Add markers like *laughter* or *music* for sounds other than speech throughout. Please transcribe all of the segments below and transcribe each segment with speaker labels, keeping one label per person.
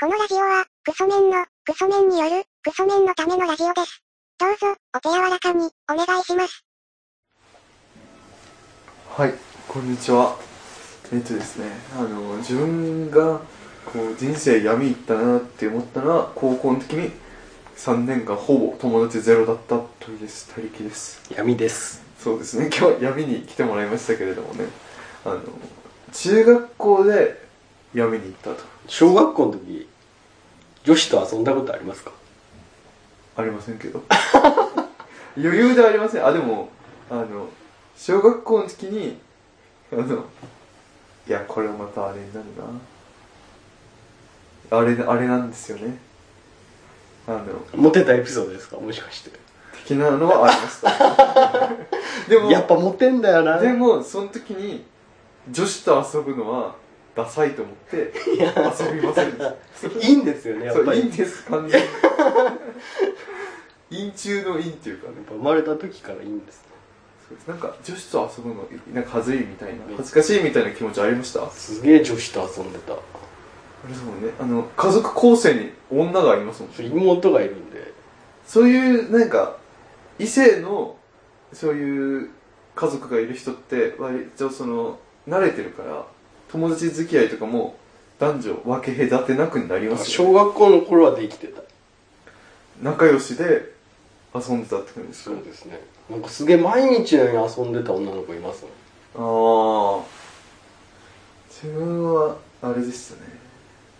Speaker 1: このラジオは、クソメンの、クソメンによる、クソメンのためのラジオです。どうぞ、お手柔らかに、お願いします。
Speaker 2: はい、こんにちは。えっとですね、あの自分がこう人生闇いったなって思ったのは高校の時に3年間ほぼ友達ゼロだったというです。たりきです。
Speaker 3: 闇です
Speaker 2: そうですね、今日闇に来てもらいましたけれどもね、あの中学校で闇に行ったと。
Speaker 3: 小学校の時女子と遊んだことありますか
Speaker 2: ありませんけど *laughs* 余裕ではありませんあでもあの小学校の時にあのいやこれまたあれになるなあれあれなんですよねあの
Speaker 3: モテたエピソードですかもしかして
Speaker 2: 的なのはありました
Speaker 3: *laughs*
Speaker 2: でも
Speaker 3: やっぱモテんだよな
Speaker 2: でもその時に女子と遊ぶのはダサいと思って遊びませんでし
Speaker 3: *laughs*
Speaker 2: た
Speaker 3: いいんですよねや
Speaker 2: そ
Speaker 3: っぱ
Speaker 2: うい
Speaker 3: り
Speaker 2: い
Speaker 3: や
Speaker 2: ん
Speaker 3: っ
Speaker 2: です完全に陰中の陰っていうかね
Speaker 3: ぱ生まれた時からいいんですね
Speaker 2: そうですなんか女子と遊ぶのなんか恥ずいみたいな
Speaker 3: うん
Speaker 2: 恥ずかしいみたいな気持ちありましたあ
Speaker 3: すげえ女子と遊んでた
Speaker 2: れですもんねあの家族構成に女がいますもん
Speaker 3: そう妹がいるんで
Speaker 2: そういうなんか異性のそういう家族がいる人って割とその慣れてるから友達付き合いとかも男女分け隔てなくなりますよね
Speaker 3: 小学校の頃はできてた
Speaker 2: 仲良しで遊んでたって感じですか
Speaker 3: そうですねなんかすげえ毎日のように遊んでた女の子いますね
Speaker 2: ああ自分はあれでしたね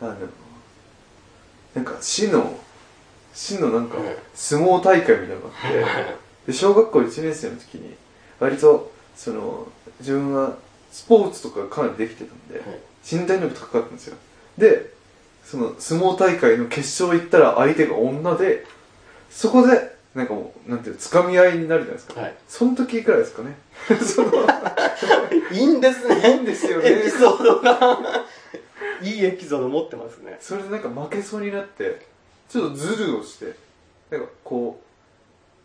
Speaker 2: あのなんか市の市のなんか
Speaker 3: はい
Speaker 2: 相撲大会みたいなのがあって、で小学校1年生の時に割とその自分はスポーツとかかなりできてたんで、
Speaker 3: はい
Speaker 2: 身体能力高かったんですよでその相撲大会の決勝行ったら相手が女でそこでなんかもうなんていうの掴み合いになるじゃないですか、
Speaker 3: はい
Speaker 2: その時くらいですかね *laughs* その
Speaker 3: いいんですね
Speaker 2: いいんですよね
Speaker 3: エピソードが *laughs* いいエピソード持ってますね
Speaker 2: それでなんか負けそうになってちょっとズルをしてなんかこ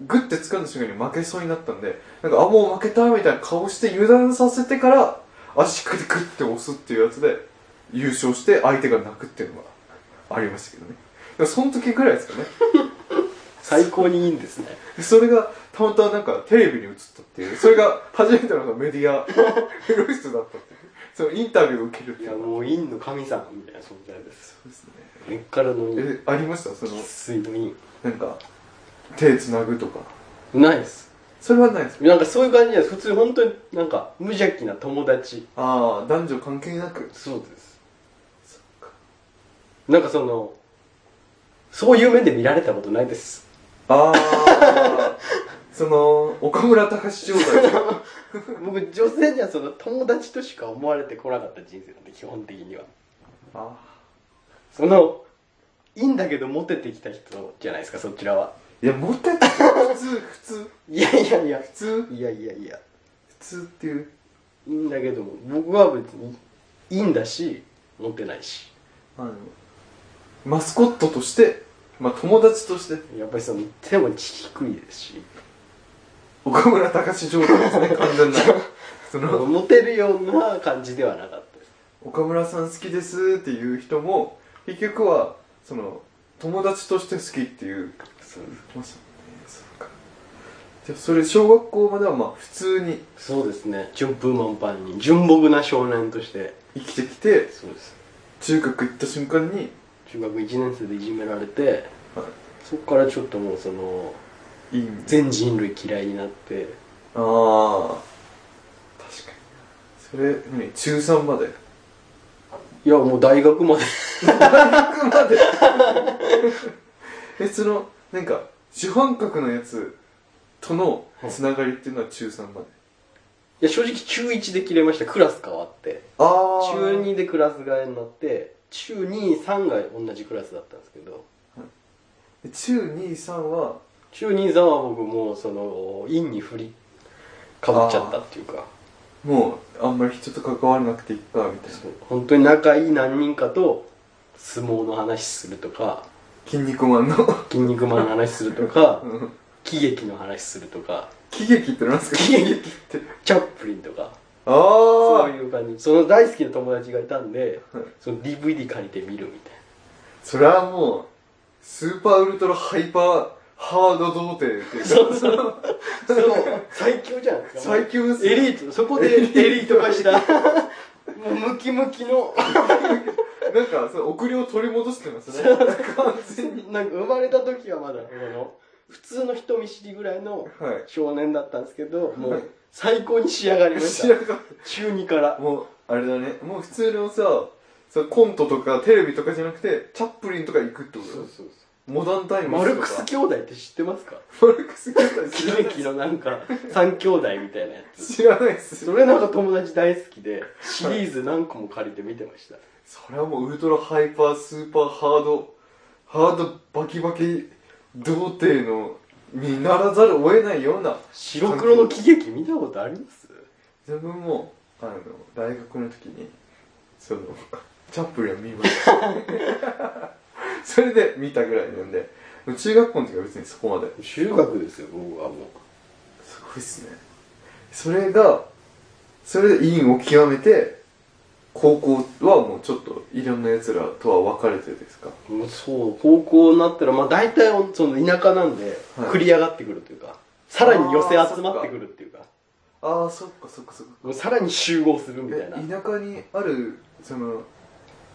Speaker 2: うグッて掴んだ瞬間に負けそうになったんでなんかあもう負けたみたいな顔して油断させてから足首でグッて押すっていうやつで優勝して相手が泣くっていうのがありましたけどねだからその時ぐらいですかね
Speaker 3: 最高にいいんですね
Speaker 2: でそれがたまたまなんかテレビに映ったっていうそれが初めての *laughs* メディアフロイストだったっていうそのインタビューを受けるって
Speaker 3: い
Speaker 2: い
Speaker 3: や
Speaker 2: う
Speaker 3: もう陰の神様みたいな存在です
Speaker 2: そうですね
Speaker 3: 根っからの陰
Speaker 2: えありましたその
Speaker 3: 生粋の陰
Speaker 2: なんか手つなぐとか
Speaker 3: ないです
Speaker 2: それはないです
Speaker 3: なんかそういう感じなんです普通本当になんか無邪気な友達
Speaker 2: ああ男女関係なく
Speaker 3: そうです
Speaker 2: そっか
Speaker 3: なんかそのそういう目で見られたことないです
Speaker 2: ああ *laughs* その岡村隆史状態 *laughs*
Speaker 3: 僕女性にはその友達としか思われてこなかった人生なんで基本的には
Speaker 2: あ
Speaker 3: そのいいんだけどモテてきた人じゃないですかそちらはい
Speaker 2: やモテた普通 *laughs* 普通
Speaker 3: いやいやいや
Speaker 2: 普通
Speaker 3: いやいやいや
Speaker 2: 普通っていう
Speaker 3: いいんだけども僕は別にいいんだしモテないし
Speaker 2: あのマスコットとしてまあ友達として
Speaker 3: やっぱりその手も低いですし
Speaker 2: 岡村隆史状態ですね完全なその
Speaker 3: モテるような感じではなかったです
Speaker 2: 岡村さん好きですっていう人も結局はその友達として好きっていう
Speaker 3: そう
Speaker 2: ましたねそうかじゃあそれ小学校まではまあ普通に
Speaker 3: ですね順風満帆に純朴な少年として
Speaker 2: 生きてきて
Speaker 3: そうです
Speaker 2: 中学行った瞬間に
Speaker 3: 中学1年生でいじめられて
Speaker 2: は
Speaker 3: そこからちょっともうその
Speaker 2: いいんで
Speaker 3: 全人類嫌いになって
Speaker 2: ああ確かにそれ何中3まで
Speaker 3: いやもう大学まで *laughs*
Speaker 2: 中までえそのなんか主犯格のやつとのつながりっていうのは中3まで、
Speaker 3: いや正直中1で切れましたクラス変わって
Speaker 2: ああ
Speaker 3: 中2でクラス替えになって中23が同じクラスだったんですけど
Speaker 2: 中23は
Speaker 3: 中23は僕もうその陰に振りかぶっちゃったっていうか
Speaker 2: もうあんまり人と関わらなくていいかみたいな
Speaker 3: そう本当に仲いい何人かと相撲の話するとか
Speaker 2: 筋肉マンの *laughs*
Speaker 3: 筋肉マンの話するとか
Speaker 2: うん
Speaker 3: 喜劇の話するとか
Speaker 2: 喜劇ってなんですか
Speaker 3: 喜劇
Speaker 2: って
Speaker 3: チャップリンとか
Speaker 2: あ
Speaker 3: そう
Speaker 2: あ
Speaker 3: いう感じその大好きな友達がいたんで
Speaker 2: はい
Speaker 3: その DVD 借りて見るみたい
Speaker 2: それはもう、スーパーウルトラハイパーハード童貞っていうか、
Speaker 3: そうそうそう最強じゃないですか
Speaker 2: 最強です
Speaker 3: エ
Speaker 2: よ。
Speaker 3: リートそこでエリート化したも *laughs* うムキムキの
Speaker 2: なんか、その送りを取り戻してますね。完全に。
Speaker 3: *laughs* なんか生まれた時はまだこの普通の人見知りぐらいの
Speaker 2: は
Speaker 3: 少年だったんですけども
Speaker 2: はいう
Speaker 3: 最高に仕上がりま
Speaker 2: い。
Speaker 3: し
Speaker 2: 仕
Speaker 3: た *laughs*
Speaker 2: 上がっ
Speaker 3: 中2から
Speaker 2: もう、あれだね。もう普通のさ、そのコントとかテレビとかじゃなくて、チャップリンとか行くってことだよ
Speaker 3: そう
Speaker 2: モダンタイム
Speaker 3: マ
Speaker 2: ズ
Speaker 3: ル
Speaker 2: と
Speaker 3: ク
Speaker 2: か
Speaker 3: ス。兄弟って知ってますか
Speaker 2: マルクス兄弟
Speaker 3: *laughs* 喜
Speaker 2: 知らない
Speaker 3: 劇のなんか三兄弟みたいなやつ
Speaker 2: 知らないっす。
Speaker 3: それなんか友達大好きでシリーズ何個も借りて見てました
Speaker 2: それはもうウルトラハイパースーパーハード、ハードバキバキ童貞の、にならざるを得ないような、
Speaker 3: 白黒の喜劇見たことあります
Speaker 2: 自分も、あの、大学の時に、その、チャップリンを見ました。
Speaker 3: *laughs*
Speaker 2: それで見たぐらいなんで、中学校の時は別にそこまで。
Speaker 3: 中学ですよ僕はも
Speaker 2: すごいっすね。それが、それで陰を極めて、高校はもうちょっといろんな奴らとは別れてですか
Speaker 3: うもうそう高校になったらまあ大体その田舎なんで
Speaker 2: はい
Speaker 3: 繰り上がってくるというか、さらに寄せ集まってくるっていうか
Speaker 2: ああ、そっかそっかそっか。
Speaker 3: もうさらに集合するみたいな
Speaker 2: え田舎にある、その、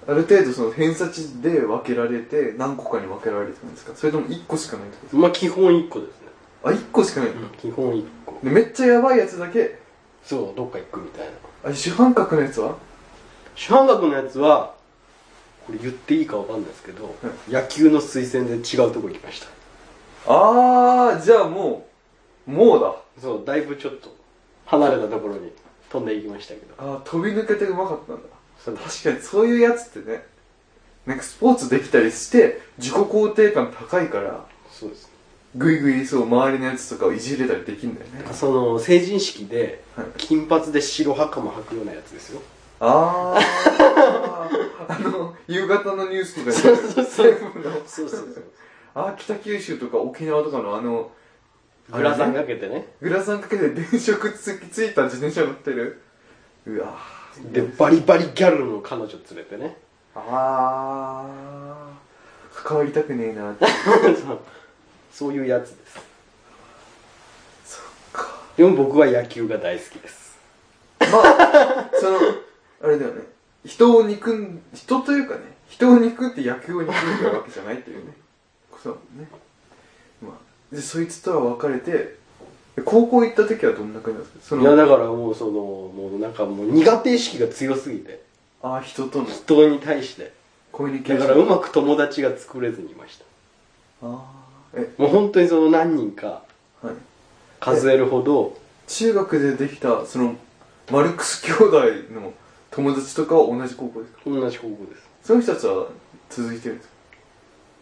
Speaker 2: ある程度その偏差値で分けられて何個かに分けられてるんですかそれとも1個しかないってことです
Speaker 3: まあ基本1個ですね、
Speaker 2: かあ、1個しかない、
Speaker 3: 基本1個
Speaker 2: でめっちゃヤバいやつだけ、
Speaker 3: そうどっか行くみたいな
Speaker 2: あ、主犯格のやつは
Speaker 3: 主犯学のやつはこれ言っていいかわかんないですけど、野球の推薦で違うとこ行きました
Speaker 2: ああ、じゃあもう、もうだ。
Speaker 3: そうだいぶちょっと離れたところに飛んでいきましたけど
Speaker 2: ああ、飛び抜けてうまかったんだ。
Speaker 3: そう
Speaker 2: 確かにそういうやつってねなんかスポーツできたりして自己肯定感高いから
Speaker 3: そうです
Speaker 2: グイグイそう周りのやつとかをいじれたりできんだよね
Speaker 3: その成人式で
Speaker 2: はい
Speaker 3: 金髪で白袴履くようなやつですよ
Speaker 2: あ *laughs* ああの夕方のニュースとかにあ
Speaker 3: *laughs*
Speaker 2: る
Speaker 3: そうそう
Speaker 2: 全部の
Speaker 3: そうそうそう
Speaker 2: あー北九州とか沖縄とかのあの
Speaker 3: グラサンかけてね
Speaker 2: グラサンかけて電飾つきついた自転車乗ってるうわー
Speaker 3: でバリバリギャルの彼女連れてね *laughs*
Speaker 2: ああ関わりたくねえなって *laughs*
Speaker 3: そうそういうやつです
Speaker 2: そっか
Speaker 3: でも僕は野球が大好きです
Speaker 2: まあ、その、あれだよね。人を憎ん、人というかね、人を憎って野球を憎んでるわけじゃないっていうね。 *laughs* ことだもんね。まあ、で、そいつとは別れて、で高校行った時はどんな感じなんですかそ
Speaker 3: いや
Speaker 2: の、
Speaker 3: だからもうそのもうなんかもう苦手意識が強すぎて
Speaker 2: ああ、人との
Speaker 3: 人に対して
Speaker 2: コミュニケ
Speaker 3: だ
Speaker 2: ーショ
Speaker 3: か
Speaker 2: ン。
Speaker 3: らうまく友達が作れずにいました
Speaker 2: ああ、え、
Speaker 3: もう本当にその何人か
Speaker 2: はい。
Speaker 3: 数えるほど
Speaker 2: 中学でできた、その、マルクス兄弟の友達とかは同じ高校ですか
Speaker 3: 同じ高校です
Speaker 2: その人たちは続いてるんですか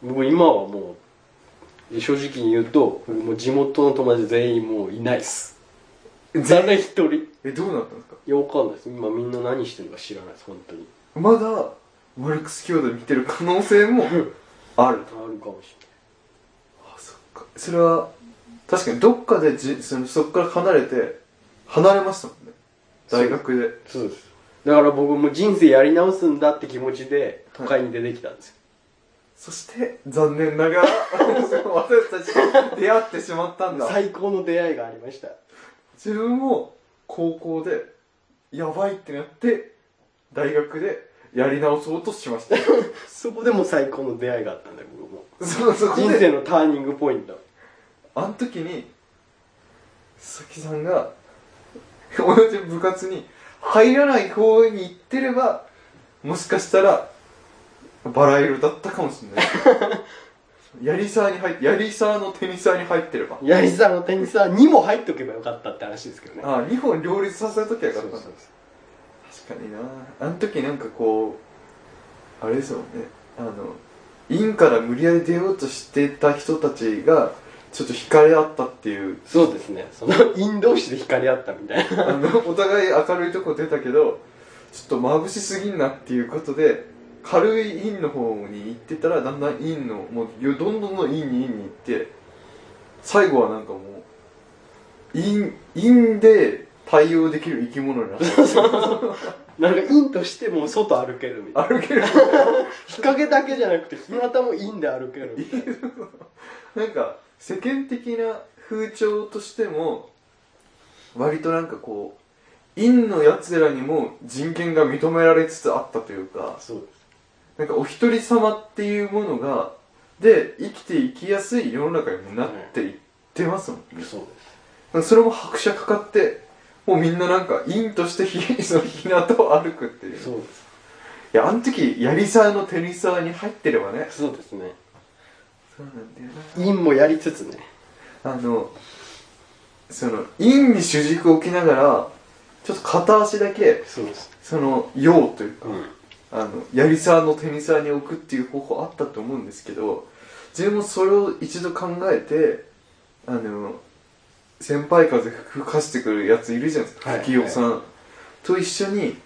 Speaker 3: 僕今はもう正直に言うと僕もう地元の友達全員もういないっす誰一人い
Speaker 2: え、どうなったんですか
Speaker 3: やわかんないです今みんな何してるか知らないです本当に
Speaker 2: まだ、マルクス兄弟見てる可能性
Speaker 3: *laughs*
Speaker 2: もある。
Speaker 3: あるかもし
Speaker 2: あそっかそれは確かにどっかでじそのそっから離れて離れましたもんね大学で
Speaker 3: れないそうですだから僕もう人生やり直すんだって気持ちで都会に出てきたんですよ、
Speaker 2: そして残念な
Speaker 3: *laughs*
Speaker 2: がら私たちと出会ってしまったんだ
Speaker 3: 最高の出会いがありました
Speaker 2: 自分も高校でやばいってなって大学でやり直そうとしました
Speaker 3: そこでもう最高の出会いがあったんだよ僕も
Speaker 2: そのそこ
Speaker 3: 人
Speaker 2: で
Speaker 3: 生のターニングポイント
Speaker 2: あの時に佐々木さんが同じ部活に入らない方に行ってればもしかしたらバラ色だったかもしれないやりサーに入ってやりサーのテニサーに入ってれば
Speaker 3: やりさんのテニスは2も入っとけばよかったって話ですけどね
Speaker 2: ああ2本両立させるときはよかったんだ
Speaker 3: そうそう
Speaker 2: 確かになあの時なんかこうあれですもんねあの院から無理やり出ようとしてた人たちがちょっと惹かれ合ったっていう
Speaker 3: そうそうですねその陰同士で光り合ったみたい *laughs* な
Speaker 2: あの、お互い明るいとこ出たけど、ちょっと眩しすぎんなっていうことで、軽い陰の方に行ってたら、だんだん陰の、もう、よどんどんどん陰に陰に行って、最後はなんかもう、陰、陰で対応できる生き物になってる
Speaker 3: なんか陰としてもう外歩けるみたい
Speaker 2: 歩
Speaker 3: な
Speaker 2: ける
Speaker 3: 日陰だけじゃなくて日向も陰で歩けるみたいな
Speaker 2: なんか世間的な風潮としても割となんかこう陰のやつらにも人権が認められつつあったというか
Speaker 3: そう
Speaker 2: なんかお一人様っていうものがで生きていきやすい世の中になっていってますもんね、
Speaker 3: そう
Speaker 2: それも拍車かかってもうみんななんか陰としてひその日向を歩くっていう
Speaker 3: そうです
Speaker 2: いやあの時やりさのテニサーに入ってればね
Speaker 3: そうですね
Speaker 2: そうなんだよな
Speaker 3: 陰もやりつつね
Speaker 2: あの、その、陰に主軸を置きながら、ちょっと片足だけ、
Speaker 3: そうです
Speaker 2: その、用というか、
Speaker 3: うん
Speaker 2: あの、やりさのテニサーに置くっていう方法あったと思うんですけど、自分もそれを一度考えて、あの、先輩風吹かしてくるやついるじゃないですか、
Speaker 3: はい
Speaker 2: 吹世さん、と一緒に、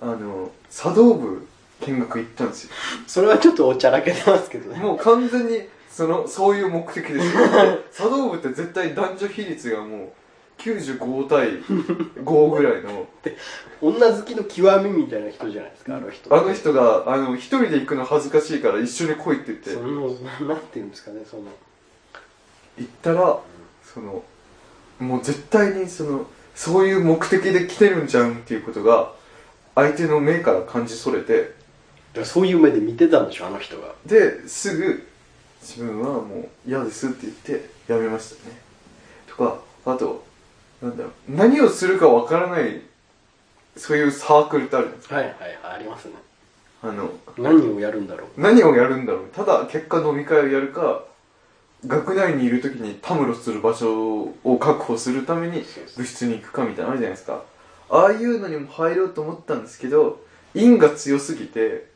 Speaker 2: あの、茶道部見学行ったんですよ。
Speaker 3: それはちょっとおちゃらけてますけどね
Speaker 2: もう完全にそのそういう目的ですよ茶道部って絶対男女比率がもう95対5ぐらいの
Speaker 3: 女好きの極みみたいな人じゃないですかあの人
Speaker 2: あの人があの一人で行くの恥ずかしいから一緒に来いって言って
Speaker 3: そのなんていうんですかねその
Speaker 2: 行ったらそのもう絶対にそのそういう目的で来てるんじゃんっていうことが相手の目から感じそれて
Speaker 3: だからそういう目で見てたんでしょあの人が
Speaker 2: ですぐ自分はもう嫌ですって言ってやめましたねとかあとなんだろう何をするかわからないそういうサークルってあるじゃないですか
Speaker 3: はいはいはいありますね
Speaker 2: あの
Speaker 3: 何をやるんだろう
Speaker 2: 何をやるんだろうただ結果飲み会をやるか学内にいる時にたむろする場所を確保するために
Speaker 3: そうそう
Speaker 2: 部室に行くかみたいなのあるじゃないですかああいうのにも入ろうと思ったんですけど陰が強すぎて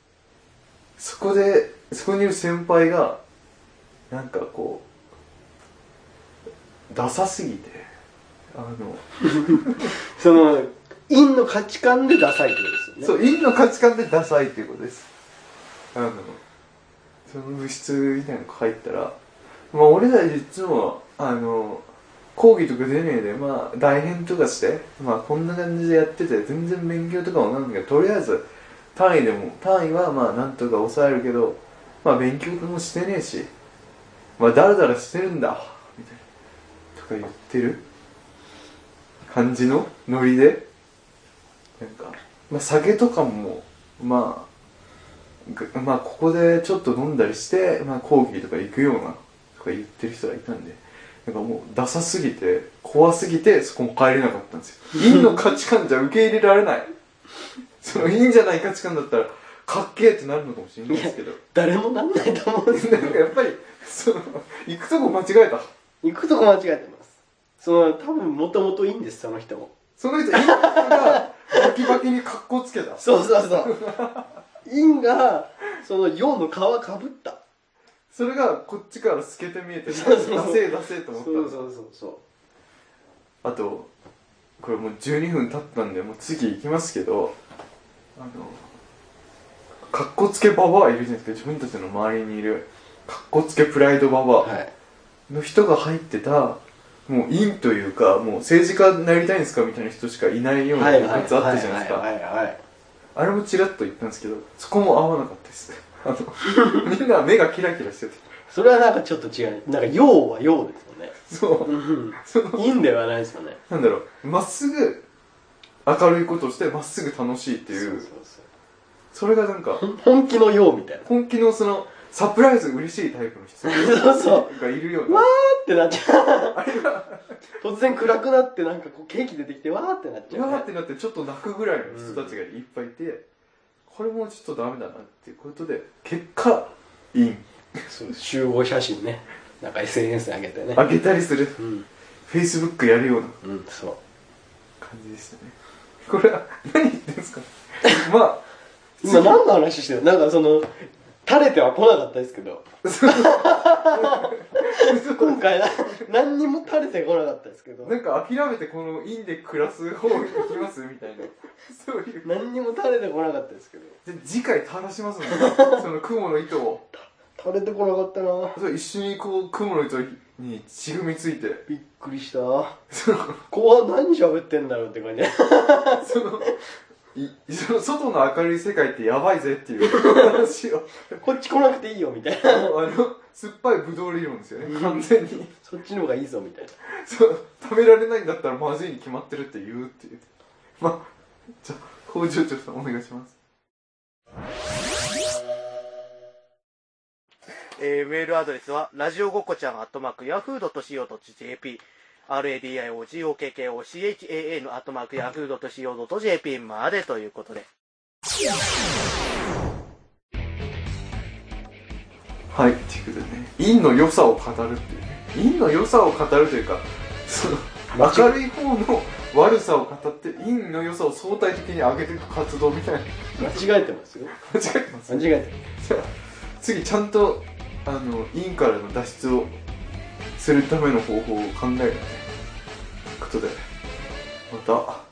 Speaker 2: そこでそこにいる先輩がなんかこうダサすぎてあの
Speaker 3: その陰の価値観でダサいってことです
Speaker 2: そ
Speaker 3: よ
Speaker 2: う、
Speaker 3: ね
Speaker 2: 陰の価値観でダサいっていうことです。あの、その物質みたいなの入ったら、まあ俺らいつも、あの、講義とか出ねえで、まあ、大変とかして、まあ、こんな感じでやってて、全然勉強とかもなんだけど、とりあえず、単位でも、単位はまあ、なんとか抑えるけど、まあ、勉強もしてねえし、まあ、だらだらしてるんだ、みたいな、とか言ってる感じのノリで、なんか、まあ、酒とかも、まあ、ぐまあ、ここでちょっと飲んだりして、まあ、講義とか行くような、とか言ってる人がいたんで、なんかもう、ダサすぎて、怖すぎて、そこも帰れなかったんですよ。陰の価値観じゃ受け入れられない。その、陰じゃない価値観だったら、かっけーってなるのかもしれないですけど。
Speaker 3: 誰もなんないと思うん *laughs* ですけ
Speaker 2: なん
Speaker 3: ど
Speaker 2: かやっぱり、その、行くとこ間違えた。
Speaker 3: 行くとこ間違えてますその多分もともといいんですその人も
Speaker 2: その人、陰が、バキバキに格好つけた。
Speaker 3: そうそうそう *laughs* 陰がその陽の皮かぶった
Speaker 2: それが、こっちから透けて見えて、出せ
Speaker 3: そうそう
Speaker 2: え出せえと
Speaker 3: そ
Speaker 2: 思
Speaker 3: う
Speaker 2: った
Speaker 3: そうそうそう
Speaker 2: あとこれもう12分経ったんでもう次行きますけどあのかっこつけババアいるじゃないですか自分たちの周りにいるかっこつけプライドババ
Speaker 3: はい
Speaker 2: アの人が入ってた、もう陰というかもう政治家になりたいんですかみたいな人しかいないような
Speaker 3: はいはいはい
Speaker 2: やつあったじゃないですか、
Speaker 3: はいはいはい
Speaker 2: あれもちらっと言ったんですけどそこも合わなかったですあのみんな目がキラキラしてて
Speaker 3: それはなんかちょっと違うなんか陽は陽ですよね
Speaker 2: そう
Speaker 3: うん
Speaker 2: その
Speaker 3: 陰ではないですよね
Speaker 2: なんだろうまっすぐ明るいことをしてまっすぐ楽しいっていう
Speaker 3: そうそう
Speaker 2: それがなんか
Speaker 3: そう本気の陽みたいな
Speaker 2: 本気のそのサプライズ嬉しいタイプの人
Speaker 3: そうそう
Speaker 2: がいるよう
Speaker 3: わ
Speaker 2: な
Speaker 3: ーってなっちゃう突然暗くなってなんかこうケーキ出てきてわーってなっちゃう、
Speaker 2: う
Speaker 3: ね、
Speaker 2: わーってなってちょっと泣くぐらいの人たちがいっぱいいて、これもちょっとダメだなっていうことで結果イン
Speaker 3: そう集合写真ねなんか SNS に上げてね
Speaker 2: あげたりする
Speaker 3: うん
Speaker 2: フェイスブックやるような
Speaker 3: うんそう
Speaker 2: 感じでしたねこれは何言ってんですかま
Speaker 3: 今何の話してるなんかその垂れては来なかったですけど
Speaker 2: あそう
Speaker 3: 今回な何にも垂れてこなかったですけ
Speaker 2: *laughs*
Speaker 3: ど
Speaker 2: なんか諦めてこのインで暮らす方に行きますみたいなそういう
Speaker 3: 何にも垂れてこなかったですけど
Speaker 2: で次回垂らしますねその雲の糸を
Speaker 3: 垂れてこなかったな
Speaker 2: そう一緒にこう雲の糸をにしぐみついて、
Speaker 3: びっくりした
Speaker 2: その、
Speaker 3: 後半何喋ってんだろうって感じ
Speaker 2: その、いその外の明るい世界ってやばいぜっていう話を、
Speaker 3: こっち来なくていいよみたい
Speaker 2: あ
Speaker 3: な
Speaker 2: の、あの酸っぱいブドウ理論ですよね、完全に。
Speaker 3: そっちの方がいいぞみたいな
Speaker 2: そう、食べられないんだったらまずいに決まってるって言うっていう。まあ、じゃあ、工場長さんお願いします。
Speaker 4: えーメールアドレスは、ラジオごっこちゃん、アットマーク、ヤフードと .co.jp、radiogokkocha のアットマーク、ヤフードと .co.jp までということで。
Speaker 2: はい、っていうことでね、陰の良さを語るっていうね。陰の良さを語るというか、その、明るい方の悪さを語って、陰の良さを相対的に上げていく活動みたいな。
Speaker 3: 間違えてますよ
Speaker 2: 間違えてます
Speaker 3: 間違えてる
Speaker 2: じゃあ *laughs* 次ちゃんとあのインからの脱出をするための方法を考えるということでまた